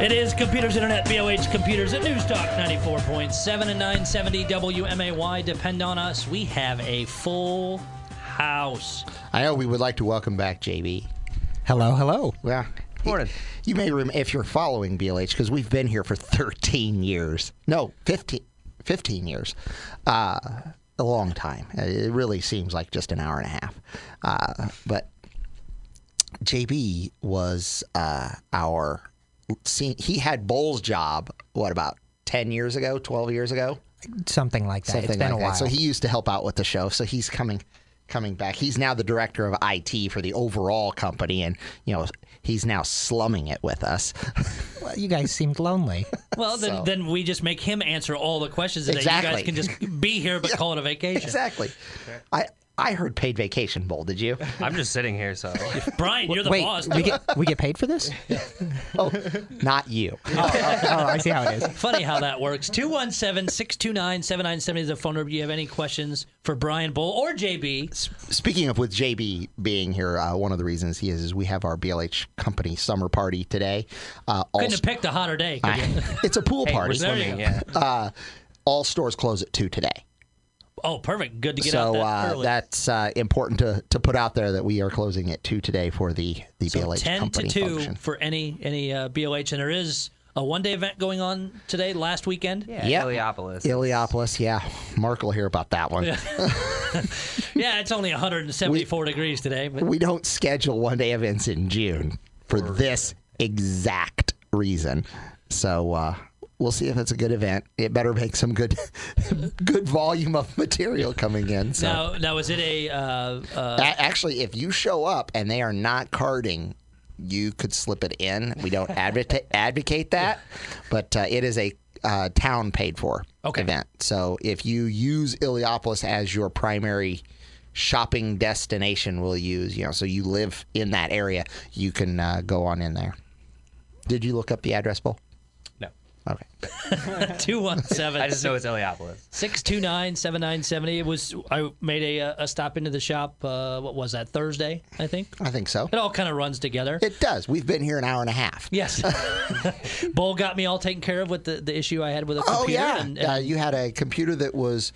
It is Computers Internet, BOH Computers at News Talk 94.7 and 970 WMAY. Depend on us. We have a full house. I know we would like to welcome back JB. Hello, hello. Well, Morning. You may remember if you're following BLH because we've been here for 13 years. No, 15, 15 years. Uh, a long time. It really seems like just an hour and a half. Uh, but JB was uh, our. See, he had Bowles' job. What about 10 years ago? 12 years ago? Something like that. something it's been like a while. that. So he used to help out with the show. So he's coming coming back. He's now the director of IT for the overall company and you know he's now slumming it with us. Well, you guys seemed lonely. Well, then, So- then we just make him answer all the questions and that Exactly. you guys can just be here but call it a vacation. exactly. I I heard paid vacation bowl, did you? I'm just sitting here, so Brian, you're the Wait, boss. we get we get paid for this? Oh, not you. oh, oh, I see how it is. Funny how that works. 217 629 7970 is the phone number. Do you have any questions for Brian Bull or JB? Speaking of with JB being here, uh, one of the reasons he is is we have our BLH company summer party today. Uh, all Couldn't have picked a hotter day. could you? it's a pool we're party. There you swimming. go. Yeah, Uh, all stores close at two today. Oh, perfect. Good to get so out that uh, early. that's uh, important to, to put out there that we are closing at two today for the the So BLH 10 to company 2 function. for any any uh, BOH. And there is a one day event going on today, last weekend. yeah. Yeah. Iliopolis. Iliopolis, yeah, Mark will hear about that one. Yeah, it's only 174 degrees today. But We don't schedule one day events in June for this exact reason. So uh, we'll see if it's a good event. It better make some good good volume of material coming in. So now, now, is it a. Uh, uh, A- actually, if you show up and they are not carding, you could slip it in. We don't advocate advocate that, but uh, it is a uh, town paid for Okay. event. So if you use Iliopolis as your primary shopping destination, we'll use you know. So you live in that area, you can uh, go on in there. Did you look up the address, Bull? No, Okay. 217 I just know it's Iliopolis. 629 7970. It was, I made a, uh, a stop into the shop, uh, what was that, Thursday, I think? I think so. It all kind of runs together. It does. We've been here an hour and a half. Yes. Bull got me all taken care of with the, the issue I had with a computer. Oh yeah, And, uh, and you had a computer that was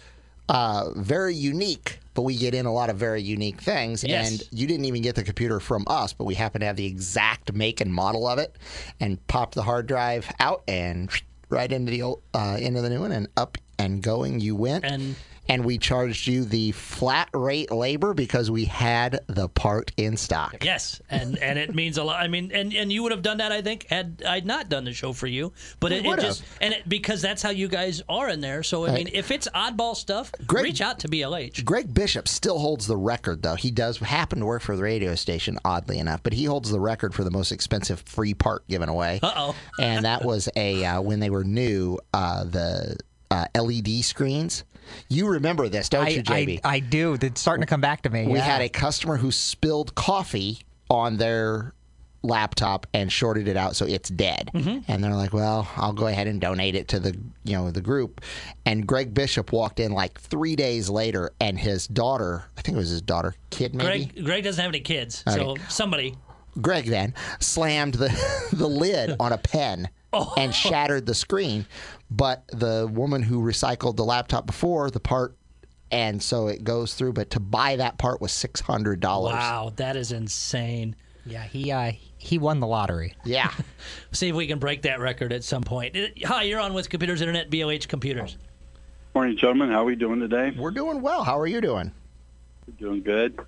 uh, very unique, but we get in a lot of very unique things. Yes. And you didn't even get the computer from us, but we happen to have the exact make and model of it, and popped the hard drive out and right into the old, uh, into the new one, and up and going you went. And- and we charged you the flat rate labor because we had the part in stock. Yes, and and it means a lot. I mean, and and you would have done that, I think, had I not done the show for you. But it, it would just and it, because that's how you guys are in there. So I mean, if it's oddball stuff, Greg- reach out to BLH. Greg Bishop still holds the record, though. He does happen to work for the radio station, oddly enough, but he holds the record for the most expensive free part given away. Uh-oh. And that was a uh, when they were new, uh, the uh, LED screens. You remember this, don't you, I, JB? I, I do. It's starting to come back to me. we yeah. had a customer who spilled coffee on their laptop and shorted it out so it's dead Mm-hmm. and they're like well i'll go ahead and donate it to the you know the group and greg bishop walked in like three days later and his daughter i think it was his daughter kid maybe Greg Greg doesn't have any kids, so somebody. Greg then slammed the, the lid on a pen Oh. and shattered the screen. But the woman who recycled the laptop before the part, and so it goes through. But to buy that part was six hundred dollars. Wow, that is insane. yeah, he uh, he won the lottery. Yeah, See if we can break that record at some point. It- Hi, you're on with Computers Internet, BLH Computers. Morning, gentlemen. How are we doing today? we're doing well. How are you doing? We're doing good.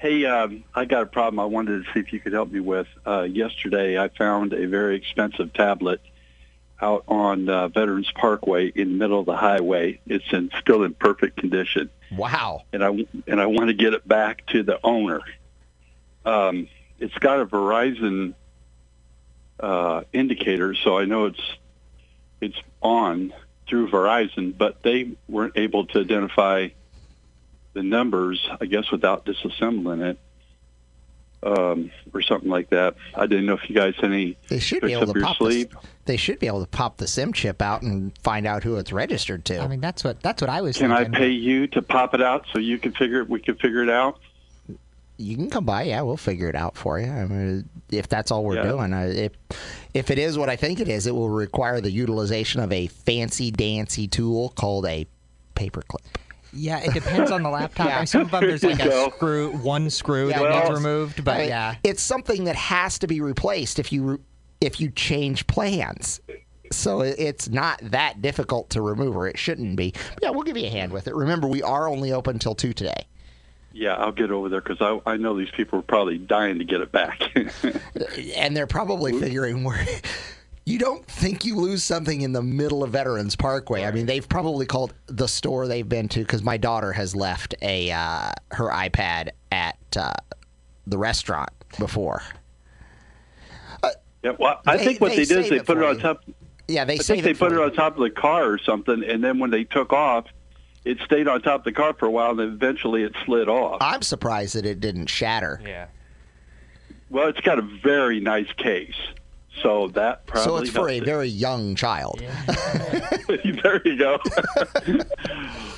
Hey, um, I got a problem I wanted to see if you could help me with. Uh, yesterday, I found a very expensive tablet out on uh, Veterans Parkway in the middle of the highway. It's in, still in perfect condition, Wow. and I and I want to get it back to the owner. Um, it's got a Verizon uh, indicator, so I know it's it's on through Verizon, but they weren't able to identify the numbers, I guess, without disassembling it um, or something like that. I didn't know if you guys had any They should tricks be able up to your pop. The, sleeve. they should be able to pop the SIM chip out and find out who it's registered to. I mean, that's what that's what I was. Can I thinking. pay you to pop it out so you can figure it, we can figure it out? you can come by. Yeah, we'll figure it out for you. I mean, if that's all we're Yeah. doing, I, if if it is what I think it is, it will require the utilization of a fancy dancy tool called a paperclip. Yeah, it depends on the laptop. I Some of them there's like There you a go. screw, one screw that well, gets removed, but I mean, yeah. it's something that has to be replaced if you re- if you change plans. So it- it's not that difficult to remove, or it shouldn't be. Yeah, we'll give you a hand with it. Remember, we are only open till two today. Yeah, I'll get over there because I, I know these people are probably dying to get it back. and they're probably figuring where you don't think you lose something in the middle of Veterans Parkway. I mean, they've probably called the store they've been to because my daughter has left a uh, her iPad at uh, the restaurant before. yeah, well, I They- think what they they, did is save they it put it for on you. top. Yeah, they I say think they put it on top of the car or something, and then when they took off, it stayed on top of the car for a while, and eventually it slid off. I'm surprised that it didn't shatter. Yeah. well, it's got a very nice case, so that probably So it's for a helped it. very young child. there you go.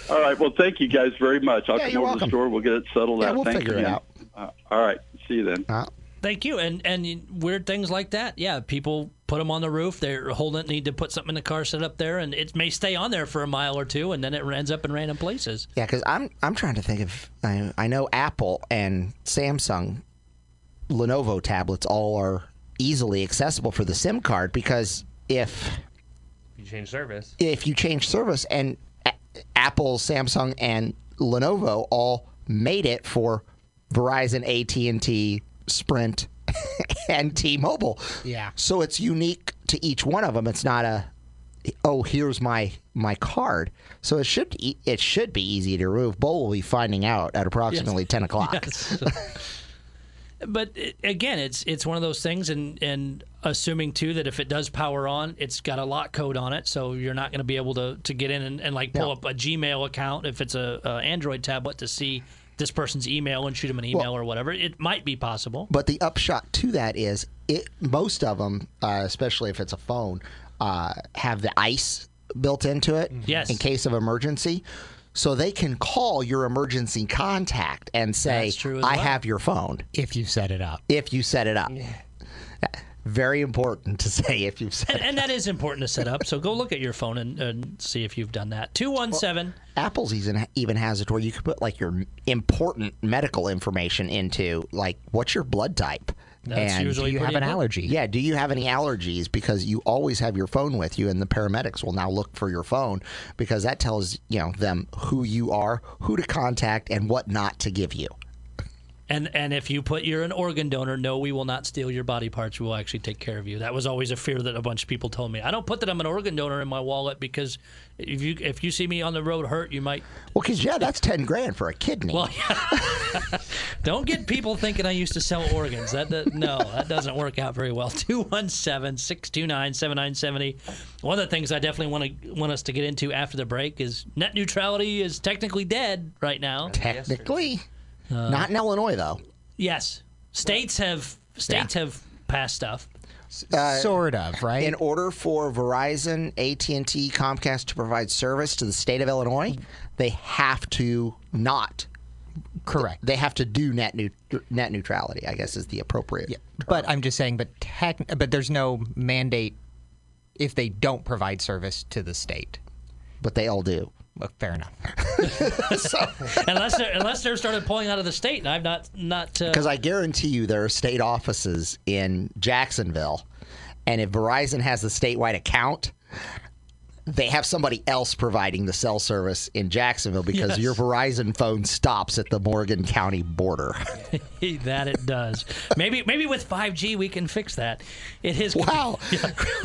All right. Well, thank you guys very much. I'll Yeah, come over to you're welcome. the store. We'll get it settled Yeah, out. we'll Thanks figure it again. out. Uh, all right. See you then. Uh, Thank you. And and you- weird things like that. Yeah, people put them on the roof. They're holding need to put something in the car, set up there, and it may stay on there for a mile or two, and then it ends up in random places. Yeah, because I'm I'm trying to think of I, I know Apple and Samsung, Lenovo tablets all are easily accessible for the SIM card because if You change service. if you change service and A- Apple, Samsung, and Lenovo all made it for Verizon, AT and T, Sprint, and T-Mobile. Yeah. So it's unique to each one of them. It's not a oh here's my my card. So it should e- it should be easy to remove. Bo will be finding out at approximately ten o'clock. but i again, it's it's one of those things, and and assuming too that if it does power on, it's got a lock code on it, so you're not going to be able to to get in and, and like pull up a Gmail account if it's a, a Android tablet to see this person's email and shoot them an email or whatever. It might be possible. But the upshot to that is, it most of them, uh, especially if it's a phone, uh, have the ice built into it. Yes. In case of emergency, so they can call your emergency contact and say, That's true as "I well. have your phone." If you set it up. If you set it up. Very important to say if you've set and, and that is important to set up. So go look at your phone and, and see if you've done that. 217. Apple's even even has it where you can put like your important medical information into like what's your blood type. That's and usually Do you pretty have an good. allergy? Yeah, do you have any allergies? Because you always have your phone with you, and the paramedics will now look for your phone because that tells you know them who you are, who to contact, and what not to give you. And and if you put you're an organ donor, no, we will not steal your body parts. We will actually take care of you. That was always a fear that a bunch of people told me. I don't put that I'm an organ donor in my wallet because if you if you see me on the road hurt, you might. Well, because yeah, that's ten grand for a kidney. Well, don't get people thinking I used to sell organs. That, that no, that doesn't work out very well. 217-629-7970. One of the things I definitely want to want us to get into after the break is net neutrality is technically dead right now. Technically, not in Illinois though. Yes, states have states have passed stuff. sort of, right? In order for Verizon, AT&T, Comcast to provide service to the state of Illinois, they have to not Correct. they have to do net new, net neutrality. I guess is the appropriate. But I'm just saying, but tech, but there's no mandate if they don't provide service to the state. But they all do. Well, fair enough. unless they're, unless they're started pulling out of the state, and I've not not. Uh, Because I guarantee you there are state offices in Jacksonville, and if Verizon has the statewide account, they have somebody else providing the cell service in Jacksonville because your Verizon phone stops at the Morgan County border. that it does. Maybe maybe with five G we can fix that. It is Wow.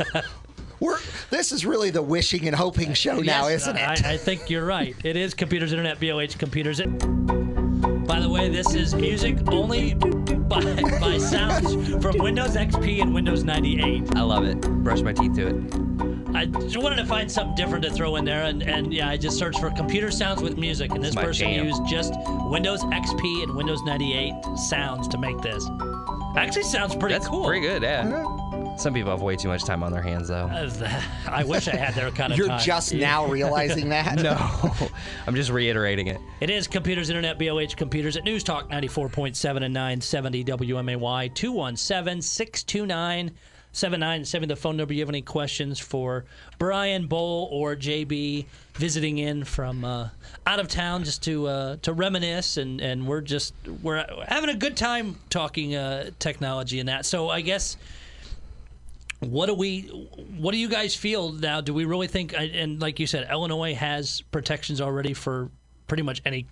We're, this is really the wishing and hoping show now, Yes, isn't it? I, I think you're right. It is computers, internet, BOH computers. By the way, this is music only by, by sounds from Windows XP and Windows 98. I love it. Brush my teeth to it. I just wanted to find something different to throw in there, and, and yeah, I just searched for computer sounds with music, and this my person jam. used just Windows XP and Windows 98 sounds to make this. Actually, sounds pretty That's cool. pretty good, yeah. Some people have way too much time on their hands, though. I wish I had their kind of You're time. just now realizing that? no, I'm just reiterating it. It is Computers Internet, BOH Computers at News Talk 94.7 and 970 WMAY 217 629 7970. The phone number. You have any questions for Brian Bowl or JB visiting in from uh, out of town just to uh, to reminisce? And, and we're just we're having a good time talking uh, technology and that. So I guess what do we what do you guys feel now do we really think and like you said illinois has protections already for pretty much any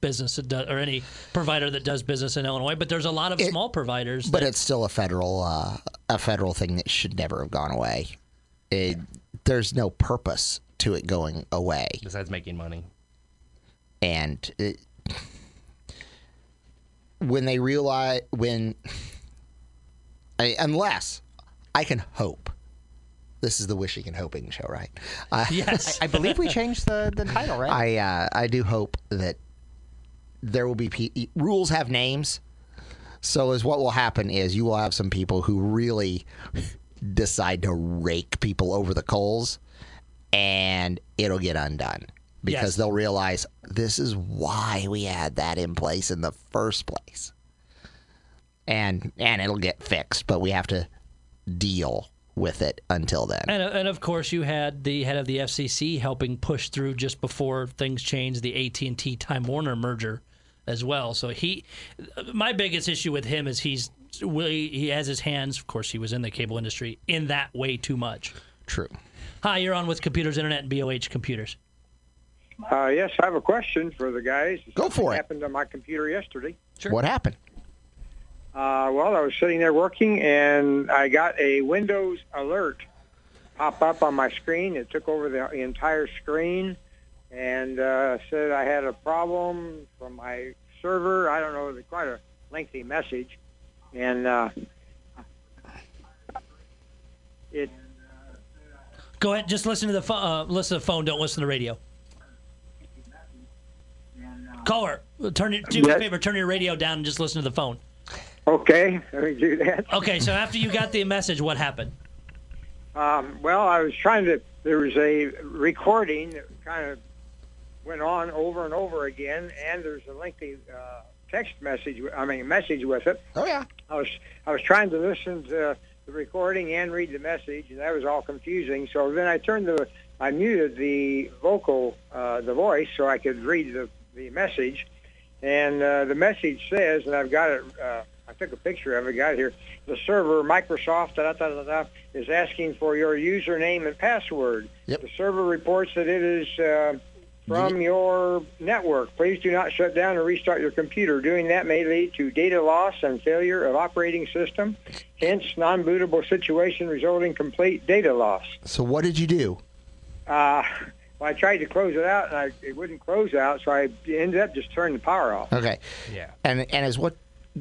business that does, or any provider that does business in illinois but there's a lot of small providers But it's still a federal uh, a federal thing that should never have gone away. It, There's no purpose to it going away, Besides making money, and it, when they realize when, I, unless I can hope, this is the wishing and hoping show, right? Uh, yes I believe we changed the, the title, right? I uh, I do hope that there will be pe- e, rules have names. So is what will happen is you will have some people who really decide to rake people over the coals, and it'll get undone because Yes. they'll realize this is why we had that in place in the first place, and and it'll get fixed. But we have to deal with it until then. and, and of course you had the head of the fcc helping push through just before things changed the at&t time warner merger as well so he my biggest issue with him is he's really he has his hands of course he was in the cable industry in that way too much True. Hi, you're on with Computers Internet and BOH Computers. Uh, yes, I have a question for the guys. Go for it. Happened on my computer yesterday. What happened? Uh, well, I was sitting there working, and I got a Windows alert pop up on my screen. It took over the entire screen, and uh, said I had a problem from my server. I don't know. It was quite a lengthy message, and uh, it Go ahead, just listen to the phone. Uh, listen to the phone. Don't listen to the radio. Caller, turn your, do me a Yes. favor. Turn your radio down and just listen to the phone. okay. Let me do that. Okay, so after you got the message, what happened? Um, well, I was trying to. There was a recording that kind of went on over and over again, and there's a lengthy uh, text message. I mean, message with it. Oh yeah. I was I was trying to listen to the recording and read the message, and that was all confusing. So then I turned the I muted the vocal uh, the voice so I could read the the message, and uh, the message says, and I've got it. Uh, I took a picture of it. Got it here. The server Microsoft da, da, da, da, da, is asking for your username and password. Yep. The server reports that it is. Uh, from your network. Please do not shut down or restart your computer. Doing that may lead to data loss and failure of operating system, hence non-bootable situation resulting complete data loss. So what did you do? Uh, well, I tried to close it out, and I, it wouldn't close out, so I ended up just turning the power off. Okay. Yeah. And and is what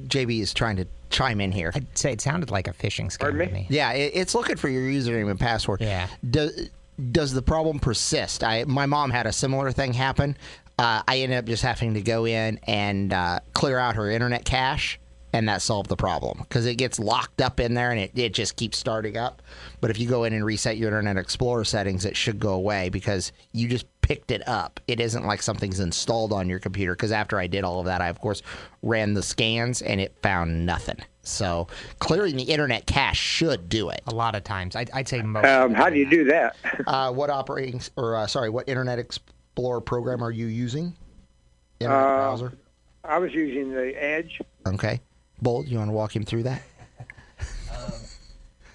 JB is trying to chime in here. I'd say it sounded like a phishing scam Pardon to me? me. Yeah, it, it's looking for your username and password. Yeah. Does does the problem persist? I my mom had a similar thing happen. Uh, I ended up just having to go in and uh, clear out her internet cache, and that solved the problem because it gets locked up in there and it, it just keeps starting up. But if you go in and reset your Internet Explorer settings, it should go away because you just picked it up. It isn't like something's installed on your computer because after I did all of that, I of course ran the scans and it found nothing. So clearing the internet cache should do it. A lot of times. I'd, I'd say most. of Um, the how do you time. do that? Uh, what operating or uh, sorry, what Internet Explorer program are you using? Internet Uh, browser. I was using the Edge. Okay, Bolt, you want to walk him through that?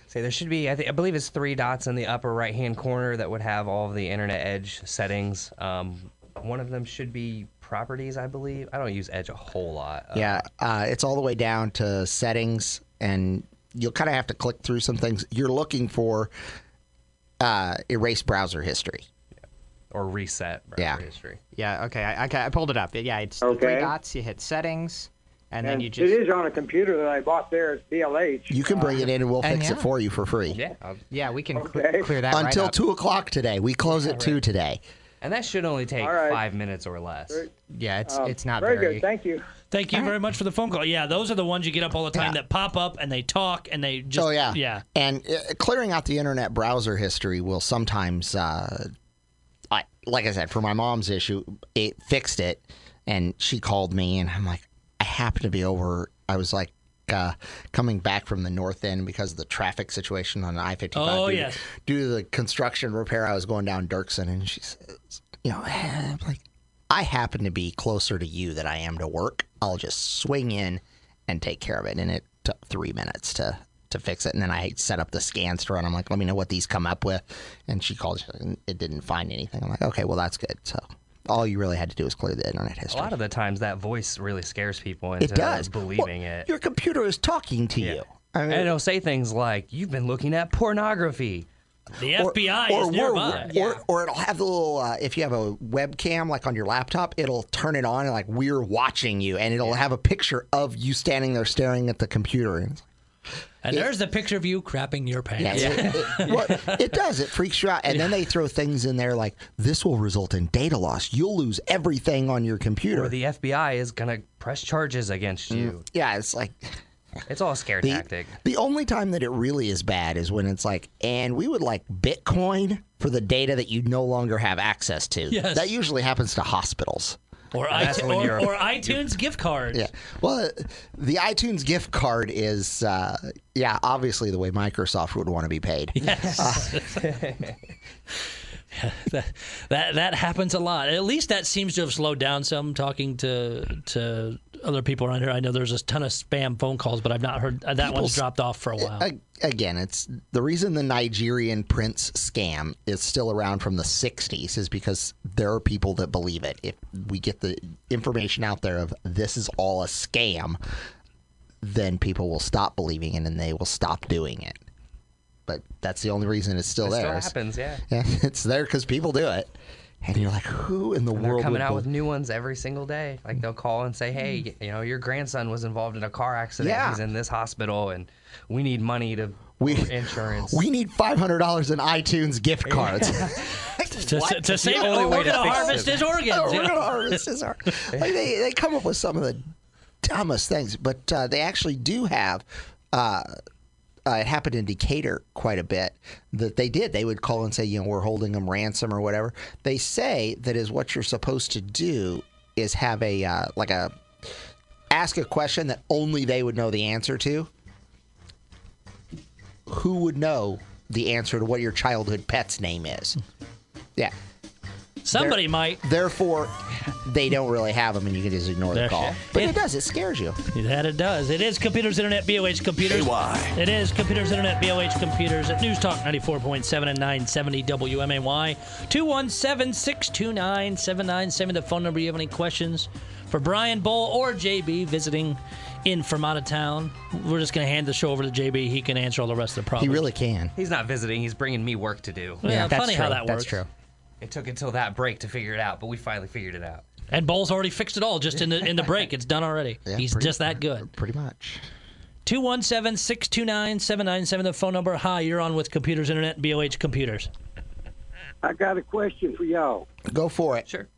Say there should be. I, think I believe it's three dots in the upper right hand corner that would have all of the Internet Edge settings. Um, one of them should be properties, I believe. I don't use Edge a whole lot. Uh, Yeah, uh, it's all the way down to settings, and you'll kind of have to click through some things. You're looking for uh, erase browser history. Or reset browser Yeah. history. Yeah, okay. I, okay, I pulled it up. Yeah, it's the three Okay. dots. You hit settings, and, then And you just. It is on a computer that I bought there at BLH. You can bring it in, Uh, and we'll and fix it yeah. for you for free. Yeah. I'll- Yeah, we can cle- Okay. clear that right Until up. two o'clock today, we close at two today. And that should only take All right. five minutes or less. Yeah, it's Um, it's not very, very. good. Thank you. Thank you very much for the phone call. Yeah, those are the ones you get up all the time that pop up and they talk and they just oh yeah, yeah. And uh, clearing out the internet browser history will sometimes, uh, I like I said, for my mom's issue, it fixed it, and she called me, and I'm like, I happened to be over. I was like. Uh, coming back from the north end because of the traffic situation on I-55 Oh, due, to- yes. due to the construction repair, I was going down Dirksen, and she says, "You know, I'm like, I happen to be closer to you than I am to work. I'll just swing in and take care of it. And it took three minutes to to fix it. And then I set up the scans to run. I'm like, let me know what these come up with. And she called. She's like, it didn't find anything. I'm like, okay, well that's good. So all you really had to do was clear the internet A history. lot of the times, that voice really scares people into it does believing Well, it. Your computer is talking to you. I And it'll say things like, "You've been looking at pornography." The or- FBI or, is we're- nearby. Or, or it'll have the little, uh, if you have a webcam like on your laptop, it'll turn it on and like, we're watching you. And it'll have a picture of you standing there staring at the computer. And it's like, and there's the picture of you crapping your yes, pants. It, it- well, it does. It freaks you out. And then they throw things in there like, this will result in data loss. You'll lose everything on your computer. Or the FBI is gonna press charges against you. yeah, it's like. It's all a scare Mm. The, tactic. the only time that it really is bad is when it's like, and we would like Bitcoin for the data that you no longer have access to. Yes. That usually happens to hospitals. Or, That's iTunes, when or, you're- or iTunes gift cards. Yeah. Well, the iTunes gift card is, uh, yeah, obviously the way Microsoft would want to be paid. Ah. that, that that happens a lot. At least that seems to have slowed down some. Talking to to other people around here, I know there's a ton of spam phone calls, but I've not heard uh, that one's People's- dropped off for a while. A- Again, it's the reason the Nigerian prince scam is still around from the 60s is because there are people that believe it. If we get the information out there of this is all a scam, then people will stop believing it and they will stop doing it. But that's the only reason it's still It there. still is- happens, yeah. Yeah, it's there because people do it. And you're like, who in the They're world coming would out believe- with new ones every single day. Like they'll call and say, "Hey, y- you know, your grandson was involved in a car accident. Yeah. He's in this hospital, and we need money to We- for insurance." We need five hundred dollars in iTunes gift cards. to, to, to say, only oh, way we're to going to fix harvest it. his organs. Oh, you we're know? gonna harvest this art. Like they, they come up with some of the dumbest things, but uh, they actually do have. Uh, uh, it happened in Decatur quite a bit that they did. They would call and say, you know, we're holding them ransom or whatever. They say that is what you're supposed to do is have a uh, like a ask a question that only they would know the answer to. Who would know the answer to what your childhood pet's name is? Yeah. Somebody might. Therefore, they don't really have them, and you can just ignore the There- call. But Yeah. it does; it scares you. That it does. It is Computers Internet, BOH Computers. AY. It is Computers Internet, BOH Computers at News Talk 94.7 and 970 WMAY. 217 629 7970. The phone number you have any questions for Brian Bull or JB visiting in from out of town. We're just going to hand the show over to JB. He can answer all the rest of the He problems. really can. He's not visiting. He's bringing me work to do. Yeah, Yeah, that's funny how true. that works. That's true. It took until that break to figure it out, but we finally figured it out. And Bull's already fixed it all just in the in the break. It's done already. He's pretty- just that good. Pretty much. 217 629 797, the phone number. Hi, you're on with Computers Internet, BOH Computers. I got a question for y'all. Go for it. Sure.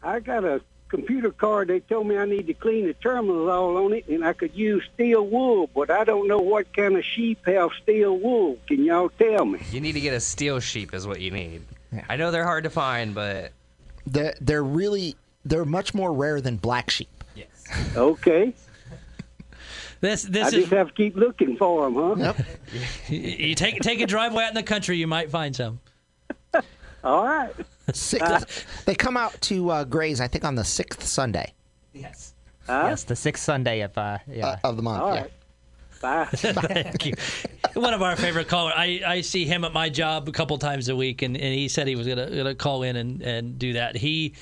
I got a computer card. They told me I need to clean the terminals all on it, and I could use steel wool, but I don't know what kind of sheep have steel wool. Can y'all tell me? You need to get a steel sheep, is what you need. I know they're hard to find, but They're, they're really they're much more rare than black sheep. Okay. This I this just is have to keep looking for 'em, huh? you take take a driveway out in the country, you might find some. All right. Sixth, they come out to uh, graze, I think, on the sixth Sunday yes. Yes, the sixth Sunday of uh, yeah. uh, of the month. All yeah. right. Bye. Thank you. One of our favorite caller. I, I see him at my job a couple times a week, and, and he said he was gonna gonna call in and, and do that. He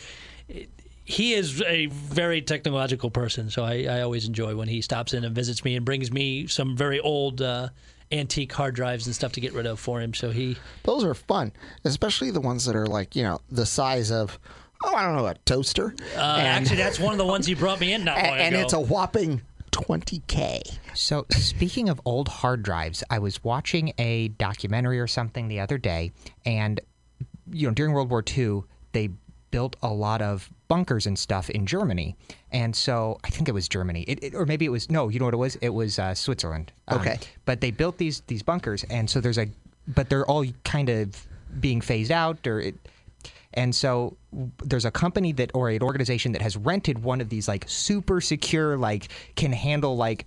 he is a very technological person, so I, I always enjoy when he stops in and visits me and brings me some very old uh, antique hard drives and stuff to get rid of for him. So he Those are fun, especially the ones that are like you know the size of oh I don't know a toaster, Uh, and, actually, that's one of the ones he brought me in not long and, and ago. it's a whopping twenty k. So, speaking of old hard drives, I was watching a documentary or something the other day, and you know, during World War II, they built a lot of bunkers and stuff in Germany. And so I think it was Germany, it, it- or maybe it was no. You know what it was? It was uh, Switzerland. Um, Okay. but they built these these bunkers, and so there's a, but they're all kind of being phased out, or it, and so there's a company that or an organization that has rented one of these like super secure, like can handle like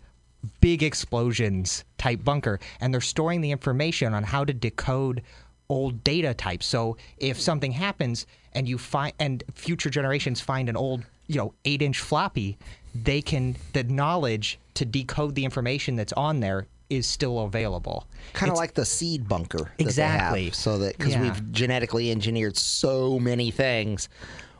big explosions type bunker, and they're storing the information on how to decode old data types. So if something happens and you find and future generations find an old, you know, eight inch floppy, they can the knowledge to decode the information that's on there is still available. Kind of It's- like the seed bunker. that they have, Exactly. so that because Yeah. we've genetically engineered so many things,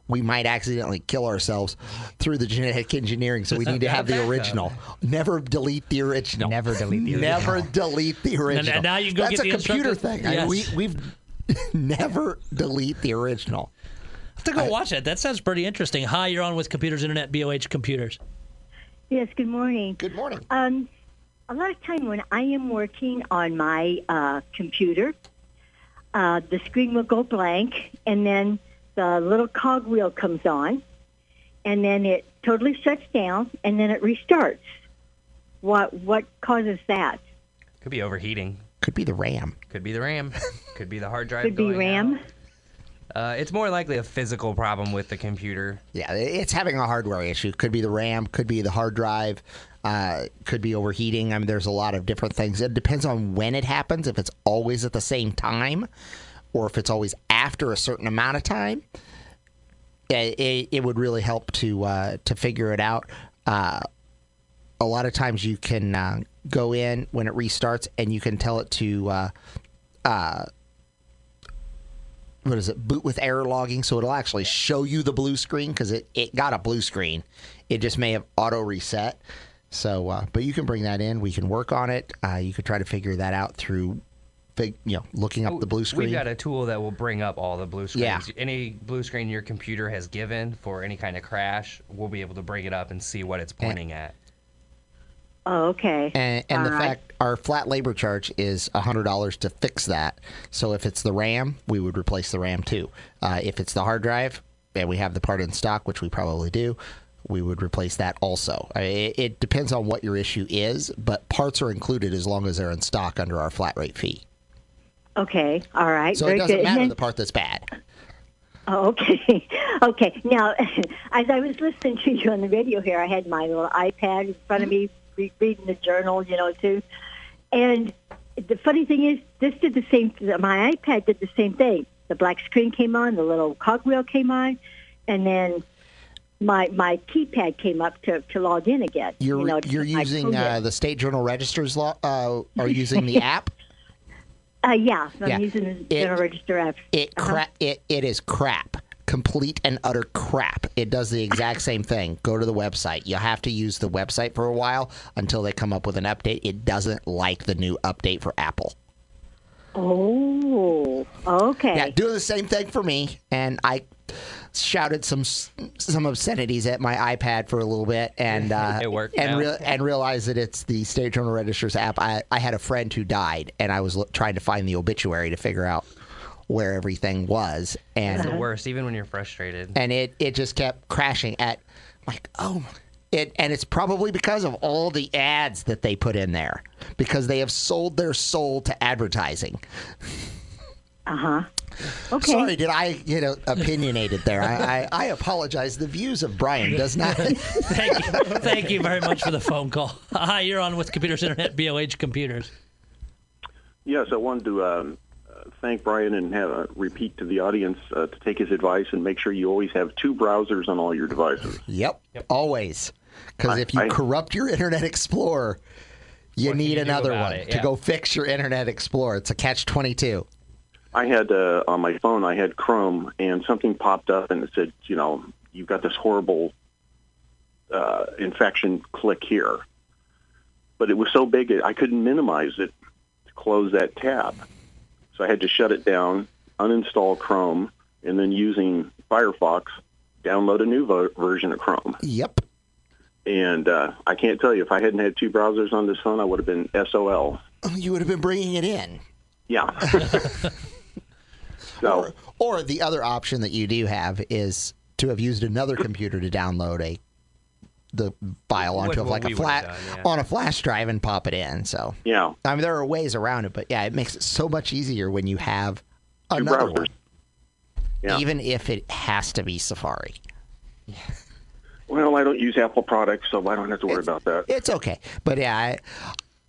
we might accidentally kill ourselves through the genetic engineering. So we need to have the original. Never delete the original. Never delete the Never original. delete the original. and now you go get That's a the computer instructor? thing. I mean, Yes. we, we've never delete the original. have to go watch that. That sounds pretty interesting. Hi, you're on with Computers Internet, BOH Computers. Yes, good morning. Good morning. Um, a lot of time when I am working on my uh, computer, uh, the screen will go blank, and then the little cog wheel comes on, and then it totally shuts down, and then it restarts. What what causes that? Could be overheating. Could be the RAM. Could be the RAM. Could be the hard drive. Could be going RAM. out. Uh, it's more likely a physical problem with the computer. Yeah, it's having a hardware issue. Could be the RAM, could be the hard drive, uh, could be overheating. I mean, there's a lot of different things. It depends on when it happens, if it's always at the same time, or if it's always after a certain amount of time. It, it, it would really help to uh, to figure it out. Uh, a lot of times you can uh, go in when it restarts and you can tell it to uh, what is it boot with error logging so it'll actually show you the blue screen because it, it got a blue screen it just may have auto reset so uh, but you can bring that in we can work on it uh, you could try to figure that out through fig- you know looking up the blue We've screen got a tool that will bring up all the blue Yeah. screens. Any blue screen your computer has given for any kind of crash, we'll be able to bring it up and see what it's pointing at. Uh-huh. Oh, okay. and, and the All right. fact our flat labor charge is $100 to fix that so if it's the ram we would replace the ram too uh, if it's the hard drive and we have the part in stock which we probably do we would replace that also I- it, it depends on what your issue is but parts are included as long as they're in stock under our flat rate fee Okay. All right. so Very it doesn't good. And matter then- the part that's bad Oh, okay. okay. Now, as I was listening to you on the radio here, I had my little iPad in front of me, re- reading the journal, you know, too. And the funny thing is, this did the same. My iPad did the same thing. The black screen came on, the little cogwheel came on, and then my my keypad came up to, to log in again. you're, you know, to you're my using program. uh, the state journal registers law uh, are using the app uh, yeah, I'm yeah. using the It- General Register app. It Uh-huh. crap. It it is crap. Complete and utter crap. It does the exact same thing. Go to the website. You'll have to use the website for a while until they come up with an update. It doesn't like the new update for Apple. Oh, okay. Yeah, doing the same thing for me, and I shouted some s- some obscenities at my iPad for a little bit, and uh, It worked and now. rea- and realized that it's the State Journal Registers app. I I had a friend who died, and I was lo- trying to find the obituary to figure out where everything was, and It's the worst, even when you're frustrated. and it it just kept crashing at like oh my- it and it's probably because of all the ads that they put in there because they have sold their soul to advertising okay. sorry did i get uh, opinionated there I, I i apologize the views of brian does not Thank you. Thank you very much for the phone call. Hi, you're on with Computers Internet, BOH Computers. Yes, I wanted to um, uh, thank Brian and have uh, repeat to the audience uh, to take his advice and make sure you always have two browsers on all your devices. yep, always because if you I- corrupt your internet explorer you can need you do another about one it? to Yeah. go fix your internet explorer it's a catch 22 I had uh, on my phone, I had Chrome, and something popped up and it said, you know, you've got this horrible uh, infection. Click here. But it was so big, I couldn't minimize it to close that tab. So I had to shut it down, uninstall Chrome, and then using Firefox, download a new vo- version of Chrome. yep And uh, I can't tell you, if I hadn't had two browsers on this phone, I would have been SOL. you would have been bringing it in Yeah. No. Or, or the other option that you do have is to have used another computer to download a the file What- onto what like we a would've flat done, yeah. on a flash drive and pop it in. So Yeah. I mean, there are ways around it, but yeah, it makes it so much easier when you have Two another browsers. one, Yeah. even if it has to be Safari. Well, I don't use Apple products, so I don't have to worry about that. It's okay, but yeah, I,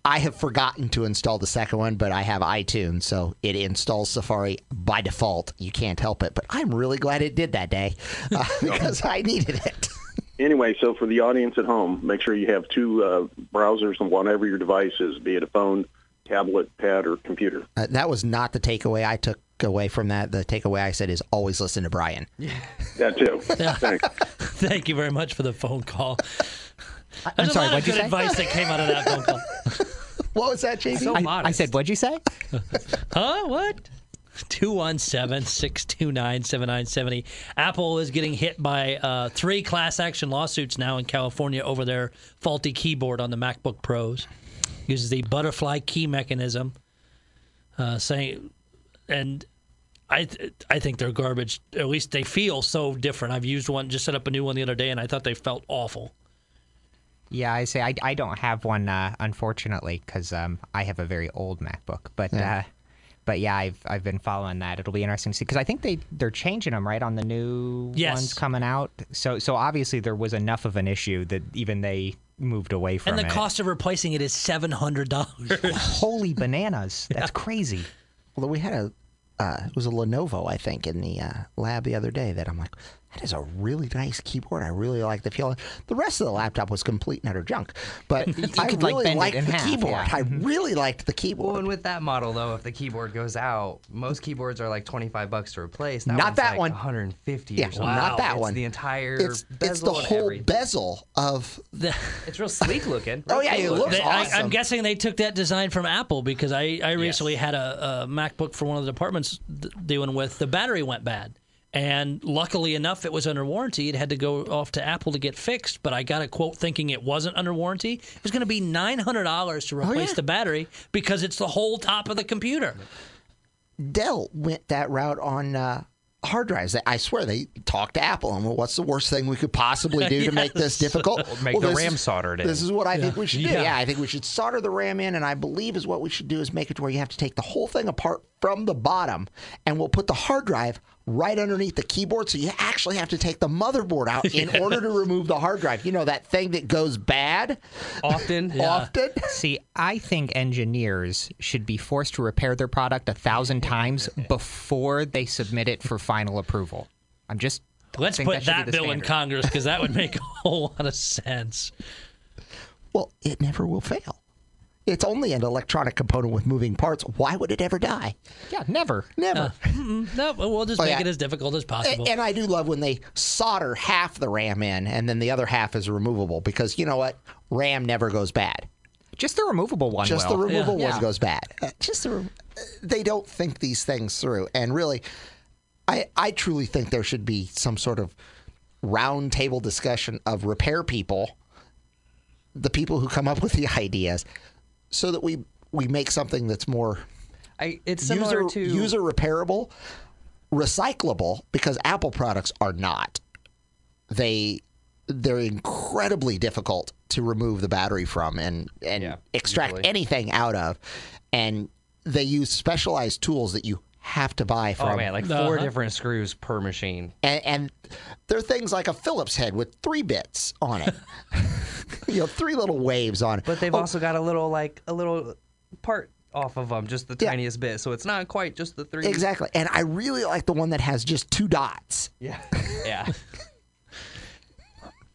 I have forgotten to install the second one, but I have iTunes, so it installs Safari by default. You can't help it, but I'm really glad it did that day uh, because I needed it. Anyway, so for the audience at home, make sure you have two uh, browsers on whatever your device is, be it a phone, tablet, pad, or computer. Uh, that was not the takeaway I took away from that. The takeaway I said is always listen to Brian. That too. Thanks. Thank you very much for the phone call. There's I'm a lot sorry, of what'd you good say? advice that came out of that phone call. What was that, JB? So I, modest. I said, what'd you say? Huh? What? 217 629 7970. Apple is getting hit by uh, three class action lawsuits now in California over their faulty keyboard on the MacBook Pros. Uses the butterfly key mechanism. Uh, saying, and I, th- I think they're garbage. At least they feel so different. I've used one, just set up a new one the other day, and I thought they felt awful. Yeah, I say I, I don't have one, uh, unfortunately, because um, I have a very old MacBook. But uh, but yeah, I've I've been following that. It'll be interesting to see because I think they they're changing them right on the new Yes. ones coming out. So so obviously there was enough of an issue that even they moved away from And the it. cost of replacing it is $700. Holy bananas! That's crazy. Although we had a, uh, it was a Lenovo, I think, in the uh, lab the other day that I'm like, that is a really nice keyboard. I really like the feel. The rest of the laptop was complete and utter junk, but I could, like, really bend it liked in the half, keyboard. yeah. I really liked the Well, keyboard. and with that model though, if the keyboard goes out, most keyboards are like twenty five bucks to replace. That Not one's that like one. 150. Yeah, or something. not that it's one. The entire it's bezel it's the and whole everything. bezel of The- It's real sleek looking. Oh, yeah, it Real cool looks They- looking. I, awesome. I'm guessing they took that design from Apple because I, I recently had a, a MacBook for one of the departments th- dealing with the battery went bad. And luckily enough, it was under warranty. It had to go off to Apple to get fixed. But I got a quote thinking it wasn't under warranty. It was going to be nine hundred dollars to replace the battery because it's the whole top of the computer. Dell went that route on uh, hard drives. I swear they talked to Apple and well, what's the worst thing we could possibly do to make this difficult? Make the this RAM is- soldered in. This is what I think we should do. Yeah. Yeah. I think we should solder the RAM in, and I believe is what we should do is make it to where you have to take the whole thing apart from the bottom, and we'll put the hard drive right underneath the keyboard, so you actually have to take the motherboard out in order to remove the hard drive. You know that thing that goes bad Often, often. See, I think engineers should be forced to repair their product a thousand times before they submit it for final approval. I'm just. Let's think put should be that the bill in standard. Congress because that would make a whole lot of sense. Well, it never will fail. It's only an electronic component with moving parts. Why would it ever die? Yeah, never. Uh, Never. No, but Mm, Eh, we'll just Oh, make yeah. it as difficult as A- possible. And I do love when they solder half the RAM in and then the other half is removable because you know what? RAM never goes bad. Just the removable one. Just will. the removal Yeah. one goes bad. Uh, Just the, re- uh, they don't think these things through. And really, I I truly think there should be some sort of round table discussion of repair people, the people who come up with the ideas, so that we we make something that's more I, it's similar user to user repairable, recyclable because Apple products are not. They they're incredibly difficult to remove the battery from and and Yeah, extract usually. anything out of, and they use specialized tools that you have to buy from. Oh man, like 4 Uh-huh. different screws per machine. and, and they're things like a Phillips head with three bits on it. you know, three little waves on it. But they've Oh, also got a little like a little part off of them, just the Yeah. tiniest bit. So it's not quite just the three. exactly. And I really like the one that has just two dots. Yeah. Yeah.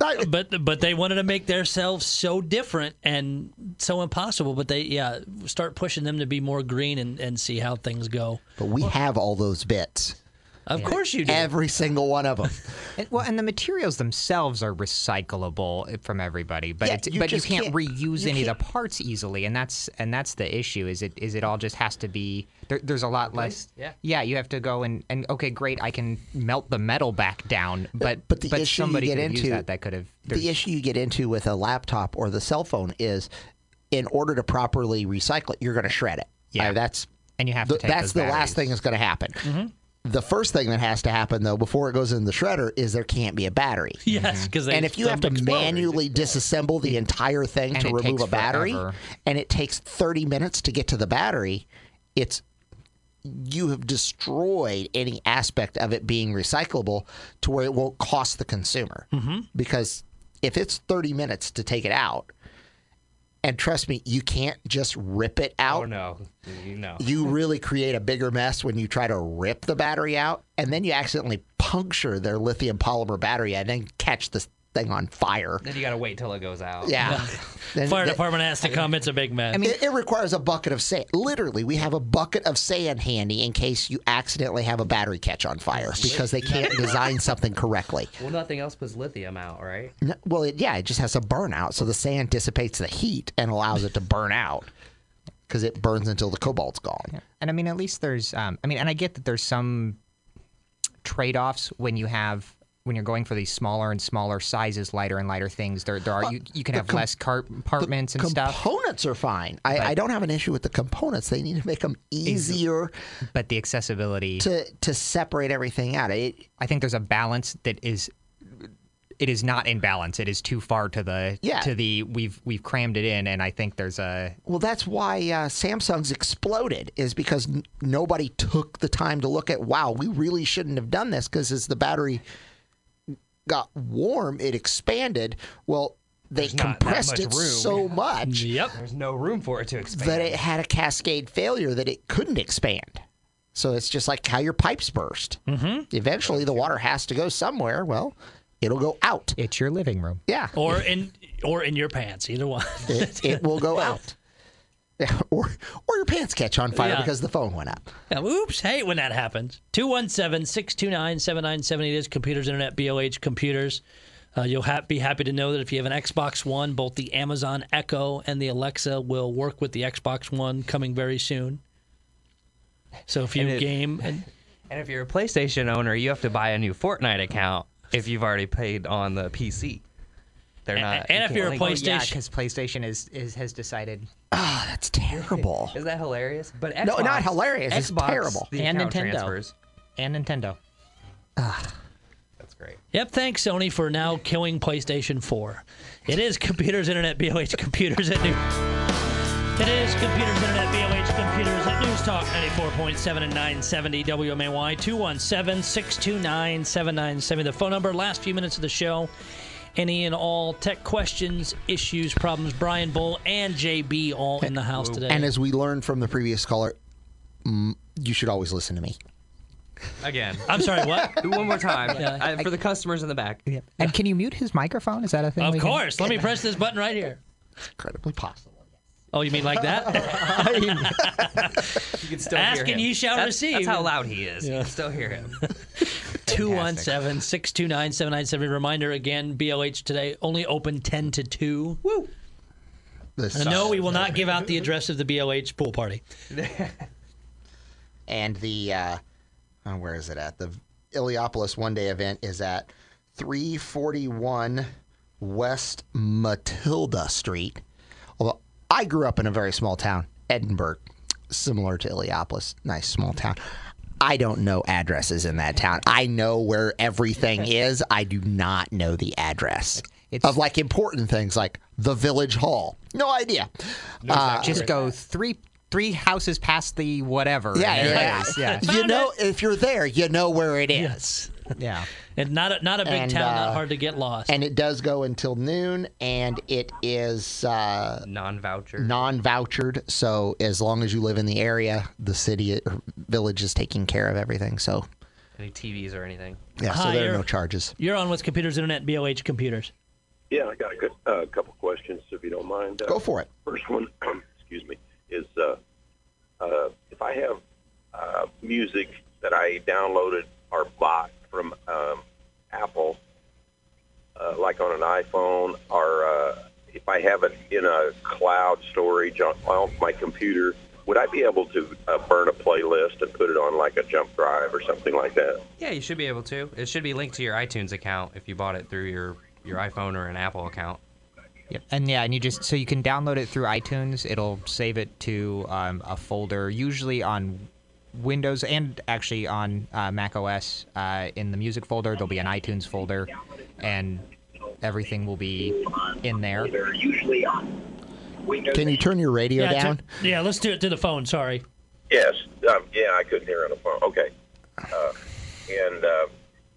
I- but but they wanted to make themselves so different and so impossible. But they yeah start pushing them to be more green and, and see how things go. But we have all those bits. Of course you do. Every single one of them. And, well, and the materials themselves are recyclable eh, from everybody, but Yeah, it's, you but you just can't, can't- reuse you any of the can't- parts easily, and that's and that's the issue. Is it is it all just has to be there, there's a lot less. yeah. yeah. You have to go and, and okay, great, I can melt the metal back down, but but the issue you somebody get could have used into- that that could have the issue you get into with a laptop or the cell phone is, in order to properly recycle it, you're going to shred it. Yeah. Uh, that's and you have the, to take that's those the last batteries. Mm-hmm. thing that's going to happen. The first thing that has to happen though before it goes in the shredder is there can't be a battery. Yes, because and if you have to manually disassemble the entire thing And to it remove takes a battery, forever. and it takes 30 minutes to get to the battery, it's you have destroyed any aspect of it being recyclable to where it won't cost the consumer. Mm-hmm. Because if it's 30 minutes to take it out, and trust me, you can't just rip it out Oh no, you know. you really create a bigger mess when you try to rip the battery out and then you accidentally puncture their lithium polymer battery and then catch this thing on fire. Then you gotta wait till it goes out. Yeah. Then- fire then- department has to come, it's a big mess. it, it requires a bucket of sand. Literally, we have a bucket of sand handy in case you accidentally have a battery catch on fire because they can't design something correctly. Well, nothing else puts lithium out, right? No, well, it, yeah, it just has to burn out. So the sand dissipates the heat and allows it to burn out because it burns until the cobalt's gone. And I mean, at least there's, um, I mean, and I get that there's some trade offs when you have. When you're going for these smaller and smaller sizes, lighter and lighter things, there there are you, you can have less car- compartments and stuff. components are fine. I, I don't have an issue with the components. They need to make them easier But the accessibility, to to separate everything out. It, I think there's a balance that is it is not in balance. It is too far to the Yeah. to the we've we've crammed it in, and I think there's a well, that's why uh, Samsung's exploded is because n- nobody took the time to look at. Wow, we really shouldn't have done this because as the battery got warm, it expanded. Well, they There's not that compressed much it room. so much Yep. There's no room for it to expand. that it had a cascade failure that it couldn't expand. So it's just like how your pipes burst. Mm-hmm. Eventually, the water has to go somewhere. Well, it'll go out. it's your living room. Yeah, Or in or in your pants, either one. it, it will go out. Yeah, or or your pants catch on fire Yeah. because the phone went up. Yeah, oops, hate when that happens. 217 629 7970 is Computers Internet, BOH Computers. Uh, you'll ha- be happy to know that if you have an Xbox One, both the Amazon Echo and the Alexa will work with the Xbox One coming very soon. So if you And it- game, and and if you're a PlayStation owner, you have to buy a new Fortnite account if you've already paid on the PC. They're A- not. and you if can't you're a link- play- yeah, PlayStation- because PlayStation is, is has decided Oh, that's terrible. is that hilarious? But Xbox, No, not hilarious, it's Xbox, terrible. The And account Nintendo. transfers. and Nintendo. That's great. yep, thanks Sony for now killing PlayStation 4. It is Computers Internet, BOH Computers at New. It is Computers Internet, BOH Computers at News Talk 94.7 and 970 WMAY 217 629 7970. The phone number, last few minutes of the show. Any and all tech questions, issues, problems. Brian Bull and JB all in the house today. And as we learned from the previous caller, mm, you should always listen to me. Again, I'm sorry, what? one more time uh, for the customers in the back. And can you mute his microphone? Is that a thing? of we can- course. Let me press this button right here. Incredibly possible. Oh, you mean like that? You can still Ask hear and him. you shall that's, receive. That's how loud he is. You can still hear him. 217 629 7970. Reminder again, BOH today only open 10 to 2. This And no, we will not give out the address of the BOH pool party. and the uh, oh, where is it at? The Iliopolis one day event is at 341 West Matilda Street. Although I grew up in a very small town, Edinburgh, similar to Iliopolis, nice small town. I don't know addresses in that town. I know where everything is. I do not know the address of like important things like the village hall. No idea. Uh, Just go three three houses past the whatever. yeah, and there yeah. it is. yeah, You know, if you're there, you know where it is. yeah. And not a, not a big And, town, uh, not hard to get lost. and it does go until noon and it is uh, Non-voucher. non-vouchered so as long as you live in the area the city or village is taking care of everything so Any TVs or anything. yeah so there are Higher. no charges You're on with Computers Internet, BOH Computers. Yeah, I got a good, uh, couple questions, if you don't mind. Uh, go for it First one, excuse me, is uh, uh, if I have uh, music that I downloaded or bought from um, Apple, uh, like on an iPhone, or uh, if I have it in a cloud storage on, on my computer, would I be able to uh, burn a playlist and put it on like a jump drive or something like that? Yeah, you should be able to. It should be linked to your iTunes account if you bought it through your your iPhone or an Apple account. Yep. And yeah, and you just so you can download it through iTunes. It'll save it to um, a folder, usually on Windows and actually on uh, Mac OS uh, in the music folder. There'll be an iTunes folder, and everything will be in there. Can you turn your radio yeah, down? to- yeah, let's do it to the phone. Sorry. Yes. Um, yeah, I couldn't hear on the phone. Okay. Uh, and uh,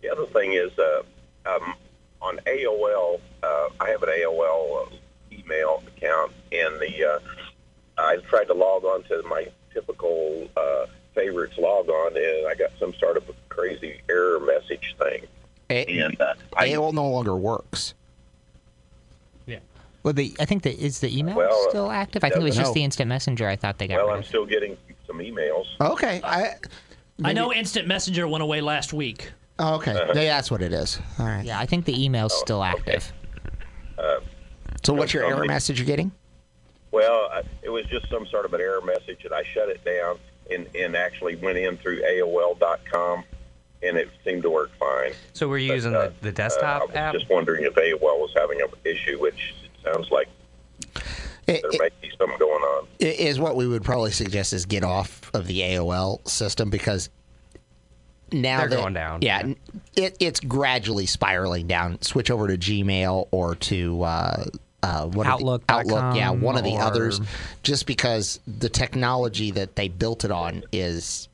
the other thing is uh, um, on AOL, uh, I have an AOL uh, email account, and the uh, I tried to log on to my typical uh, favorites log on, and I got some sort of a crazy error message thing. A- And uh, I, AOL no longer works. Well, the I think the is the email Well, uh, still active. I think it was No. just the instant messenger. I thought they got well, rid I'm of. still getting some emails. Okay, I I know Instant Messenger went away last week. okay. Uh-huh. That's what it is. All right. Yeah, I think the email's still active. So what's your error Somebody- message you're getting? Well, I- it was just some sort of an error message, and I shut it down and, and actually went in through AOL.com, and it seemed to work fine. So were you using uh, the, the Uh, desktop I was app? just wondering if AOL was having an issue, which it sounds like It, there it- may be something going on. it is what we would probably suggest is get off of the AOL system because now They're that- going down. Yeah, n- it, it's gradually spiraling down. Switch over to Gmail or to uh, uh, one of the- Outlook.com Outlook, yeah, one of the or- others, just because the technology that they built it on is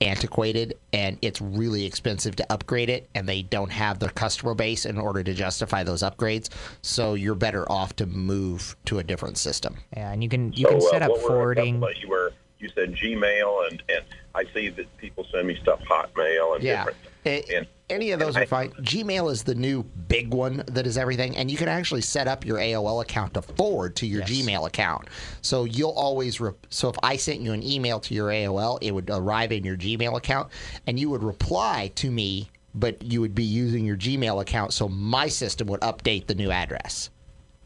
antiquated and it's really expensive to upgrade it and they don't have the customer base in order to justify those upgrades so you're better off to move to a different system Yeah, and you can you can So, uh, set up what were a couple forwarding. that you were you said Gmail, and and I see that people send me stuff Hotmail and Yeah. different. It- and- any of those and I- are fine. Gmail is the new big one that is everything, and you can actually set up your AOL account to forward to your Gmail account. So you'll always re- so if I sent you an email to your AOL, it would arrive in your Gmail account, and you would reply to me, but you would be using your Gmail account, so my system would update the new address.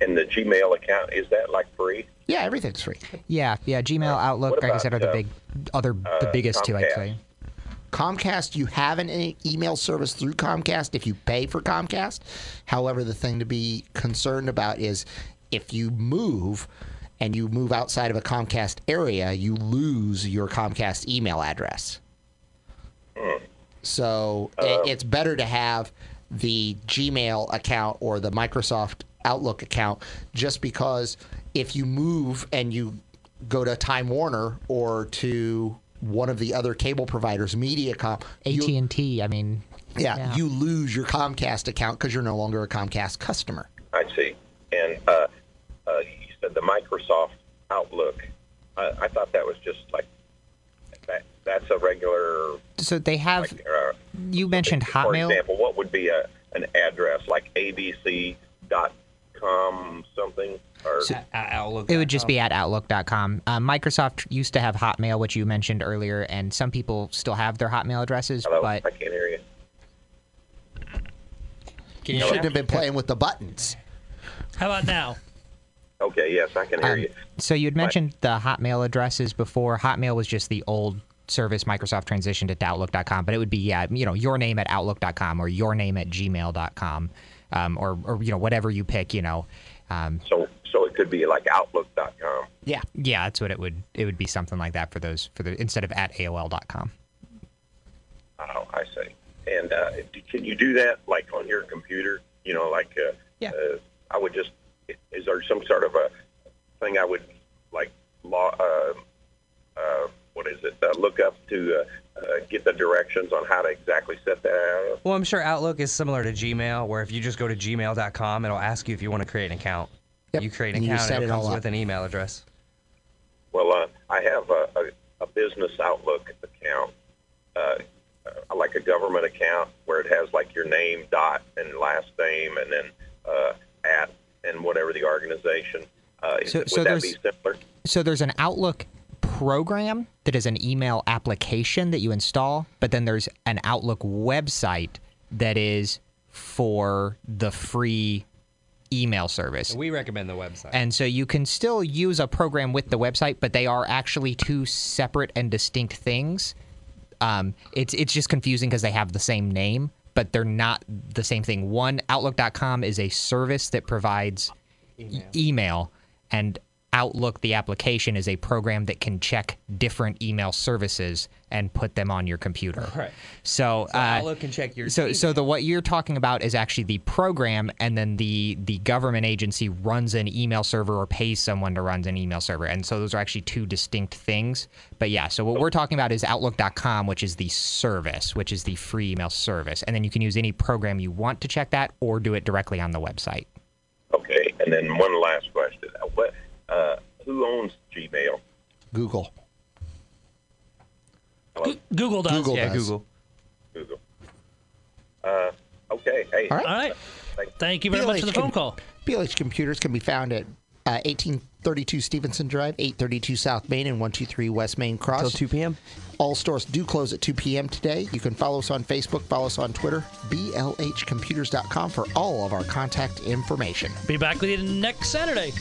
and the Gmail account is that like free? Yeah, everything's free. Yeah, yeah. Gmail, Outlook, what like I said, are about, the uh, big other the biggest two. I'd Comcast? say. Comcast, you have an e- email service through Comcast if you pay for Comcast. However, the thing to be concerned about is if you move and you move outside of a Comcast area, you lose your Comcast email address. So i- it's better to have the Gmail account or the Microsoft Outlook account just because if you move and you go to Time Warner or to one of the other cable providers, MediaCom, you- E AT and T. I mean, yeah, yeah. you lose your Comcast account because you're no longer a Comcast customer. I see. And uh, uh, you said the Microsoft Outlook. I, I thought that was just like that. That's a regular. So they have. Like, uh, You mentioned for Hotmail. example, what would be a an address like abc.com something or At Outlook. It would just be at outlook.com. Uh, Microsoft used to have Hotmail, which you mentioned earlier, and some people still have their Hotmail addresses, hello? but I can't hear you. You shouldn't have been playing with the buttons. How about now? Okay, yes, I can hear Um, you. so you had mentioned the Hotmail addresses before. Hotmail was just the old service Microsoft transitioned to Outlook.com, but it would be yeah, you know, your name at Outlook.com or your name at Gmail.com, um, or or you know whatever you pick, you know, um, So so it could be like outlook.com. Yeah. yeah, that's what it would it would be something like that for those for the instead of at AOL.com. Oh, I see. And uh, d- can you do that like on your computer? You know, like uh, Yeah. uh, I would just. Is there some sort of a thing I would like? Law. Uh, uh, what is it? Uh, look up to uh, uh, get the directions on how to exactly set that up. Well, I'm sure Outlook is similar to Gmail, where if you just go to gmail.com, it'll ask you if you want to create an account. Yep. You create an And you account, set and it it all comes up. with an email address. Well, uh, I have a, a, a business outlook account, uh, uh, like a government account where it has like your name, dot, and last name, and then uh, at and whatever the organization. Uh, is- So- would so that be there's- simpler? So there's an Outlook program that is an email application that you install, but then there's an Outlook website that is for the free email service. We recommend the website. And so you can still use a program with the website, but they are actually two separate and distinct things. Um, it's it's just confusing because they have the same name, but they're not the same thing. One Outlook.com is a service that provides e- email, and Outlook, the application, is a program that can check different email services and put them on your computer. Right. So, uh, Outlook can check your So, so email. the what you're talking about is actually the program, and then the the government agency runs an email server or pays someone to run an email server, and so those are actually two distinct things. But yeah, so what we're talking about is Outlook.com, which is the service, which is the free email service, and then you can use any program you want to check that, or do it directly on the website. Okay, and then one last question. Uh, What, uh, who owns Gmail? Google. Google does. Google does. Google. Uh, okay, hey. All right. All right. Thank you very much for the phone call. BLH computers can be found at uh, 1832 Stevenson Drive, 832 South Main, and 123 West Main Cross. Till 2 p.m. All stores do close at 2 p.m. today. You can follow us on Facebook, follow us on Twitter, blhcomputers.com for all of our contact information. Be back with you next Saturday.